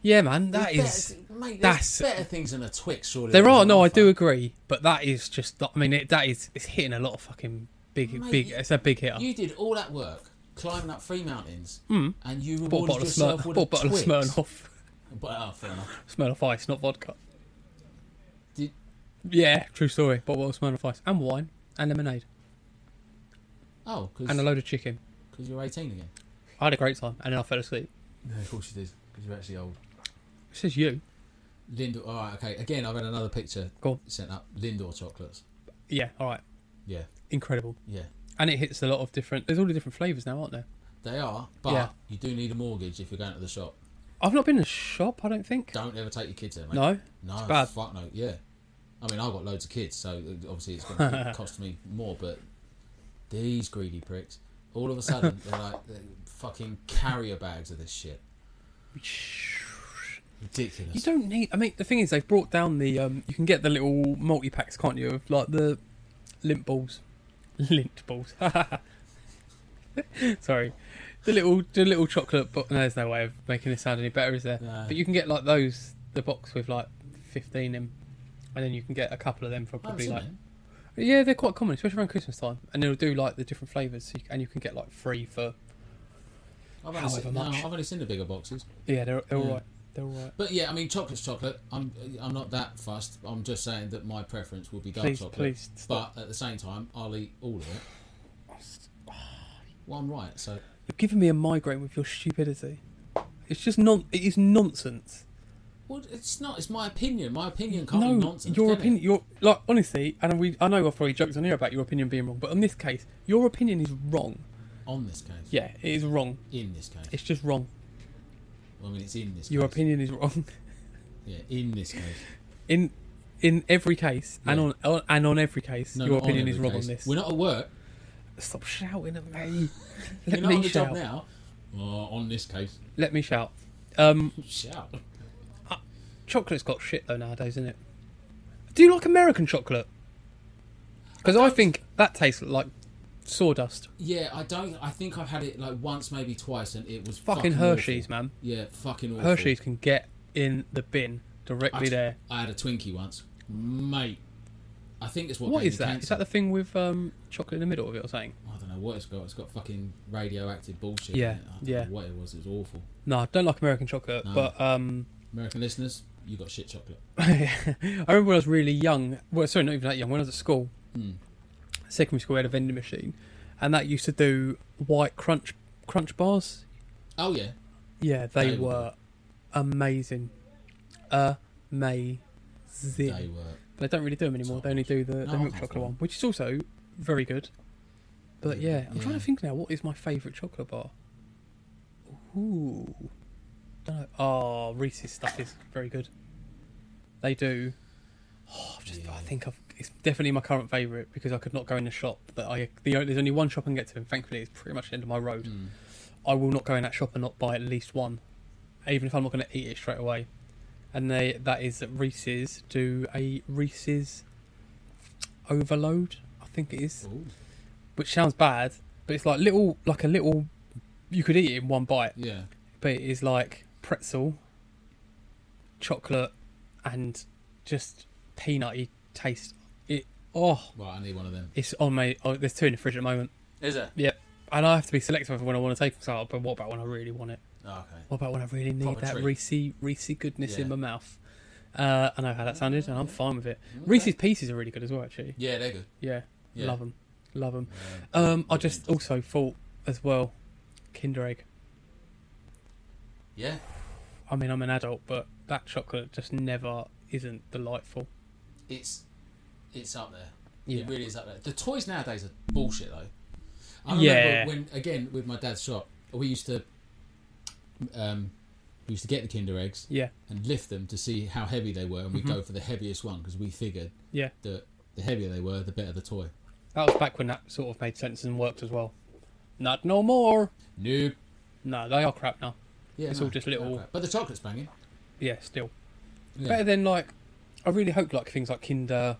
Speaker 2: Yeah, man, that
Speaker 1: There's
Speaker 2: is.
Speaker 1: better, mate,
Speaker 2: that's-
Speaker 1: there's better things than a Twix. Surely
Speaker 2: There
Speaker 1: than
Speaker 2: are
Speaker 1: an
Speaker 2: no, I
Speaker 1: alpha.
Speaker 2: do agree, but that is just. I mean, it, that is. It's hitting a lot of fucking big,
Speaker 1: Mate,
Speaker 2: big.
Speaker 1: you-
Speaker 2: It's a big hitter.
Speaker 1: You did all that work climbing up three mountains, and you
Speaker 2: Bought a
Speaker 1: rewarded
Speaker 2: Hmm.
Speaker 1: yourself
Speaker 2: bottle of Smirnoff.
Speaker 1: with
Speaker 2: Bought a
Speaker 1: a
Speaker 2: bottle of
Speaker 1: Twix.
Speaker 2: Smirnoff.
Speaker 1: But, oh, fair enough.
Speaker 2: Smirnoff Ice, not vodka.
Speaker 1: Did,
Speaker 2: Yeah, true story. Bought a bottle of Smirnoff Ice and wine and lemonade
Speaker 1: oh,
Speaker 2: and a
Speaker 1: because
Speaker 2: load of chicken.
Speaker 1: you're 18 again.
Speaker 2: I had a great time, and then I fell asleep.
Speaker 1: No, of course you did. Because you're actually old.
Speaker 2: This is you.
Speaker 1: Lindor. All right. Okay. Again, I've had another picture
Speaker 2: Go on.
Speaker 1: sent up. Lindor chocolates.
Speaker 2: Yeah, all right.
Speaker 1: Yeah,
Speaker 2: Incredible.
Speaker 1: yeah.
Speaker 2: And it hits a lot of different. There's all the different flavours now, aren't there?
Speaker 1: They are, but
Speaker 2: Yeah.
Speaker 1: you do need a mortgage if you're going to the shop.
Speaker 2: I've not been in a shop, I don't think.
Speaker 1: Don't ever take your kids there, mate.
Speaker 2: No.
Speaker 1: no,
Speaker 2: it's bad.
Speaker 1: fuck no. Yeah, I mean, I've got loads of kids, so uh, obviously it's going to cost me more. But these greedy pricks, all of a sudden, they're like they're fucking carrier bags of this shit. Ridiculous.
Speaker 2: You don't need. I mean, the thing is, they've brought down the. Um, you can get the little multi packs, can't you? Of like the lint balls, lint balls. Sorry, the little the little chocolate. But no, there's no way of making it sound any better, is there?
Speaker 1: No.
Speaker 2: But you can get like those, the box with like fifteen in, and then you can get a couple of them for
Speaker 1: I haven't
Speaker 2: probably
Speaker 1: seen
Speaker 2: like.
Speaker 1: them.
Speaker 2: Yeah, they're quite common, especially around Christmas time, and they'll do like the different flavors, so you, and you can get like three for.
Speaker 1: I've only seen,
Speaker 2: however much.
Speaker 1: No, I've only seen the bigger boxes.
Speaker 2: Yeah, they're, they're
Speaker 1: Yeah.
Speaker 2: all right. They're all right.
Speaker 1: But yeah, I mean, chocolate's chocolate. I'm I'm not that fussed. I'm just saying that my preference would be dark
Speaker 2: Please,
Speaker 1: chocolate.
Speaker 2: please stop.
Speaker 1: But at the same time, I'll eat all of it. Well, I'm right. So
Speaker 2: You're giving me a migraine with your stupidity. It's just non. It is nonsense.
Speaker 1: well, it's not. It's my opinion. My opinion can't
Speaker 2: no,
Speaker 1: be nonsense.
Speaker 2: your
Speaker 1: can it?
Speaker 2: opinion. Your like honestly, and we. I know I've probably joked on here about your opinion being wrong, but in this case, your opinion is wrong.
Speaker 1: on this case.
Speaker 2: Yeah, it is wrong.
Speaker 1: In this case.
Speaker 2: It's just wrong.
Speaker 1: Well, I mean, it's in this.
Speaker 2: Your
Speaker 1: case.
Speaker 2: opinion is wrong.
Speaker 1: Yeah, in this case.
Speaker 2: In in every case, and
Speaker 1: Yeah.
Speaker 2: on, on and on every case,
Speaker 1: No,
Speaker 2: your
Speaker 1: not on
Speaker 2: opinion is
Speaker 1: every
Speaker 2: wrong
Speaker 1: case.
Speaker 2: on this.
Speaker 1: We're not at work.
Speaker 2: Stop shouting at me.
Speaker 1: You're
Speaker 2: Let
Speaker 1: not
Speaker 2: me
Speaker 1: on the job
Speaker 2: shout.
Speaker 1: now. Oh, on this case.
Speaker 2: Let me shout. Um,
Speaker 1: Shout.
Speaker 2: chocolate's got shit though nowadays, isn't it? Do you like American chocolate? Because I, think that tastes like sawdust.
Speaker 1: Yeah, I don't. I think I've had it like once, maybe twice, and it was
Speaker 2: Fucking,
Speaker 1: fucking
Speaker 2: Hershey's,
Speaker 1: awful.
Speaker 2: man.
Speaker 1: Yeah, fucking awful.
Speaker 2: Hershey's can get in the bin
Speaker 1: I
Speaker 2: directly
Speaker 1: t-
Speaker 2: there.
Speaker 1: I had a Twinkie once, mate. I think it's what.
Speaker 2: What
Speaker 1: gave
Speaker 2: is
Speaker 1: me
Speaker 2: that?
Speaker 1: Cancer.
Speaker 2: Is that the thing with um, chocolate in the middle of it or something?
Speaker 1: I don't know what it's got. It's got fucking radioactive bullshit.
Speaker 2: Yeah,
Speaker 1: in it. I don't
Speaker 2: yeah.
Speaker 1: Know what it was, it was awful.
Speaker 2: No, I don't like American chocolate,
Speaker 1: No.
Speaker 2: but um,
Speaker 1: American listeners, you got shit chocolate.
Speaker 2: I remember when I was really young. Well, sorry, not even that young. When I was at school,
Speaker 1: Hmm.
Speaker 2: secondary school, we had a vending machine, and that used to do white crunch crunch bars.
Speaker 1: Oh yeah,
Speaker 2: Yeah, they,
Speaker 1: They were
Speaker 2: were amazing. Amazing.
Speaker 1: they were.
Speaker 2: They don't really do them anymore. They only do the,
Speaker 1: No,
Speaker 2: the
Speaker 1: I
Speaker 2: milk
Speaker 1: have
Speaker 2: chocolate
Speaker 1: them.
Speaker 2: one, which is also very good. But yeah, I'm trying
Speaker 1: Yeah.
Speaker 2: to think now. What is my favourite chocolate bar? Ooh. Dunno. Oh, Reese's stuff is very good. They do. Oh, I've just, I
Speaker 1: Yeah.
Speaker 2: think I've, it's definitely my current favourite because I could not go in a shop that I. The, only- there's only one shop I can get to, and thankfully it's pretty much the end of my road.
Speaker 1: Mm.
Speaker 2: I will not go in that shop and not buy at least one, even if I'm not going to eat it straight away. And they that is Reese's. Do a Reese's overload, I think it is,
Speaker 1: Ooh.
Speaker 2: which sounds bad, but it's like little, like a little. You could eat it in one bite,
Speaker 1: Yeah,
Speaker 2: but it is like pretzel, chocolate, and just peanutty taste. It oh,
Speaker 1: right. I need one of them.
Speaker 2: it's on my. Oh, there's two in the fridge at the moment.
Speaker 1: Is it?
Speaker 2: Yep, and I have to be selective over when I want to take them. So, but what about when I really want it?
Speaker 1: Oh, okay.
Speaker 2: What about when I really need
Speaker 1: Proper
Speaker 2: that
Speaker 1: treat.
Speaker 2: Reese Reese goodness in
Speaker 1: Yeah. Mm.
Speaker 2: my mouth? Uh, I know how that sounded, and I'm fine with it.
Speaker 1: Okay.
Speaker 2: Reese's pieces are really good as well, actually.
Speaker 1: Yeah, they're good.
Speaker 2: Yeah,
Speaker 1: Yeah.
Speaker 2: love 'em. love 'em.
Speaker 1: Yeah.
Speaker 2: Um, I just also thought as well, Kinder Egg.
Speaker 1: Yeah,
Speaker 2: I mean, I'm an adult, but that chocolate just never isn't delightful.
Speaker 1: it's it's up there.
Speaker 2: Yeah,
Speaker 1: It really is up there. The toys nowadays are bullshit though. I remember
Speaker 2: Yeah.
Speaker 1: when again with my dad's shop, we used to um, we used to get the Kinder eggs
Speaker 2: yeah,
Speaker 1: and lift them to see how heavy they were, and we'd go for the heaviest one because we figured
Speaker 2: Mm-hmm. yeah.
Speaker 1: that the heavier they were, the better the toy.
Speaker 2: That was back when that sort of made sense and worked as well. Not no more.
Speaker 1: Noob.
Speaker 2: No, they are crap now.
Speaker 1: Yeah,
Speaker 2: It's all just little-
Speaker 1: okay. But the chocolate's banging.
Speaker 2: Yeah, still.
Speaker 1: Yeah.
Speaker 2: better than like I really hope like things like Kinder.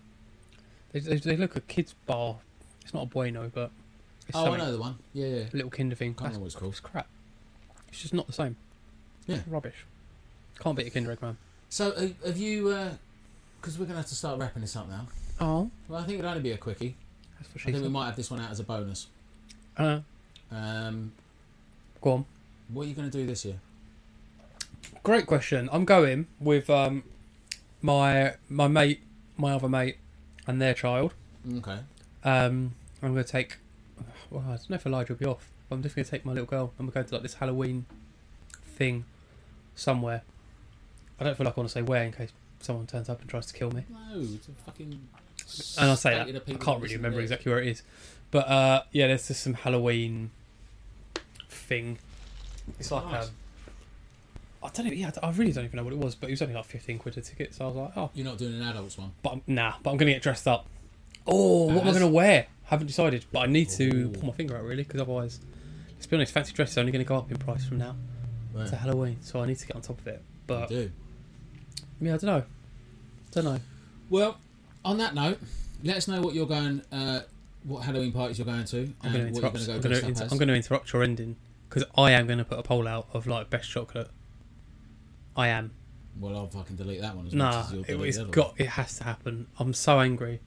Speaker 2: They, they, they look a kids bar. It's not a bueno, but it's
Speaker 1: oh, I
Speaker 2: something.
Speaker 1: know the one. Yeah, yeah.
Speaker 2: A little Kinder thing.
Speaker 1: Can't remember
Speaker 2: That's-
Speaker 1: what it's called.
Speaker 2: It's crap. It's just not the same.
Speaker 1: Yeah.
Speaker 2: Rubbish. Can't beat a Kinder Egg, man.
Speaker 1: So uh, have you? Because we're gonna have to start wrapping this up now.
Speaker 2: Oh,
Speaker 1: Well, I think it'd only be a quickie.
Speaker 2: that's what
Speaker 1: I
Speaker 2: she
Speaker 1: think we
Speaker 2: said.
Speaker 1: might have this one out as a bonus.
Speaker 2: Uh,
Speaker 1: Um,
Speaker 2: go on.
Speaker 1: what are you going to do this year?
Speaker 2: Great question. I'm going with um my my mate, my other mate, and their child.
Speaker 1: Okay.
Speaker 2: Um, I'm going to take. Well, I don't know if Elijah will be off. But I'm just going to take my little girl, and we're going to like this Halloween thing somewhere. I don't feel like I want to say where in case someone turns up and tries to kill me.
Speaker 1: No, it's a fucking
Speaker 2: and I say that
Speaker 1: stated
Speaker 2: I
Speaker 1: opinion
Speaker 2: can't
Speaker 1: on
Speaker 2: really
Speaker 1: this
Speaker 2: remember
Speaker 1: and that.
Speaker 2: exactly where it is, but uh, yeah, there's just some Halloween thing. It's like
Speaker 1: Nice.
Speaker 2: um, I don't know. Yeah, I d- I really don't even know what it was, but it was only like fifteen quid a ticket. So I was like, oh,
Speaker 1: You're not doing an adults one.
Speaker 2: but I'm, nah, but I'm gonna get dressed up. Oh, what am I
Speaker 1: As-
Speaker 2: gonna wear? Haven't decided, but I need to
Speaker 1: Ooh.
Speaker 2: pull my finger out really, because otherwise, let's be honest, fancy dress is only gonna go up in price from now
Speaker 1: Right.
Speaker 2: to Halloween. So I need to get on top of it.
Speaker 1: You
Speaker 2: But
Speaker 1: do.
Speaker 2: yeah, I don't know. Don't know.
Speaker 1: Well, on that note, let us know what you're going, uh, what Halloween parties you're going to,
Speaker 2: I'm going
Speaker 1: and what
Speaker 2: to
Speaker 1: you're
Speaker 2: interrupt.
Speaker 1: going to go
Speaker 2: I'm going
Speaker 1: dressed
Speaker 2: to,
Speaker 1: up as.
Speaker 2: I'm going to interrupt your ending because I am going to put a poll out of like best chocolate. I am.
Speaker 1: Well, I'll fucking delete that one as
Speaker 2: Nah,
Speaker 1: much as you'll
Speaker 2: it,
Speaker 1: delete
Speaker 2: it's
Speaker 1: the other
Speaker 2: got. It has to happen. I'm so angry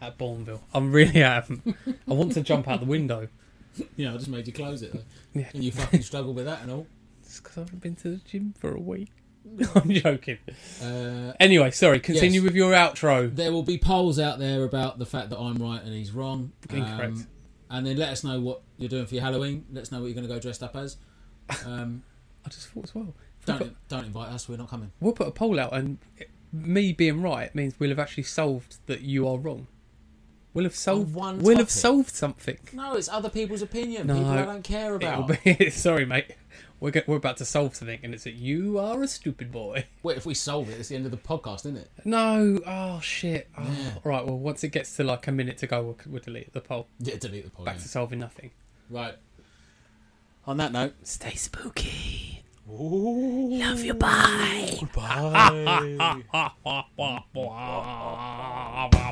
Speaker 2: at Bourneville. I'm really am. I want to jump out the window.
Speaker 1: one. You know, I just made you close it, though.
Speaker 2: Yeah,
Speaker 1: and you fucking struggle with that and all.
Speaker 2: just because I haven't been to the gym for a week. I'm joking.
Speaker 1: Uh,
Speaker 2: Anyway, sorry. Continue
Speaker 1: Yes.
Speaker 2: with your outro.
Speaker 1: there will be polls out there about the fact that I'm right and he's wrong.
Speaker 2: Incorrect.
Speaker 1: Um, and then let us know what you're doing for your Halloween. Let us know what you're going to go dressed up as. Um,
Speaker 2: I just thought as well. if we put-
Speaker 1: don't don't invite us. We're not coming.
Speaker 2: We'll put a poll out, and it- me being right means we'll have actually solved that you are wrong. We'll have solved.
Speaker 1: one
Speaker 2: we'll have
Speaker 1: topic.
Speaker 2: solved something.
Speaker 1: No, it's other people's opinion.
Speaker 2: No.
Speaker 1: People I don't care
Speaker 2: It'll
Speaker 1: about.
Speaker 2: be, sorry, mate. We're go, we're about to solve something, and it's that you are a stupid boy.
Speaker 1: Wait, if we solve it, it's the end of the podcast, isn't it?
Speaker 2: No. Oh shit. Oh,
Speaker 1: Yeah.
Speaker 2: all Right. Well, once it gets to like a minute to go, we'll, we'll delete the poll.
Speaker 1: Yeah, delete the poll.
Speaker 2: Back
Speaker 1: yeah.
Speaker 2: to solving nothing.
Speaker 1: Right. On that note,
Speaker 2: Stay spooky.
Speaker 1: love
Speaker 2: you. Bye.
Speaker 1: Bye.
Speaker 2: Bye.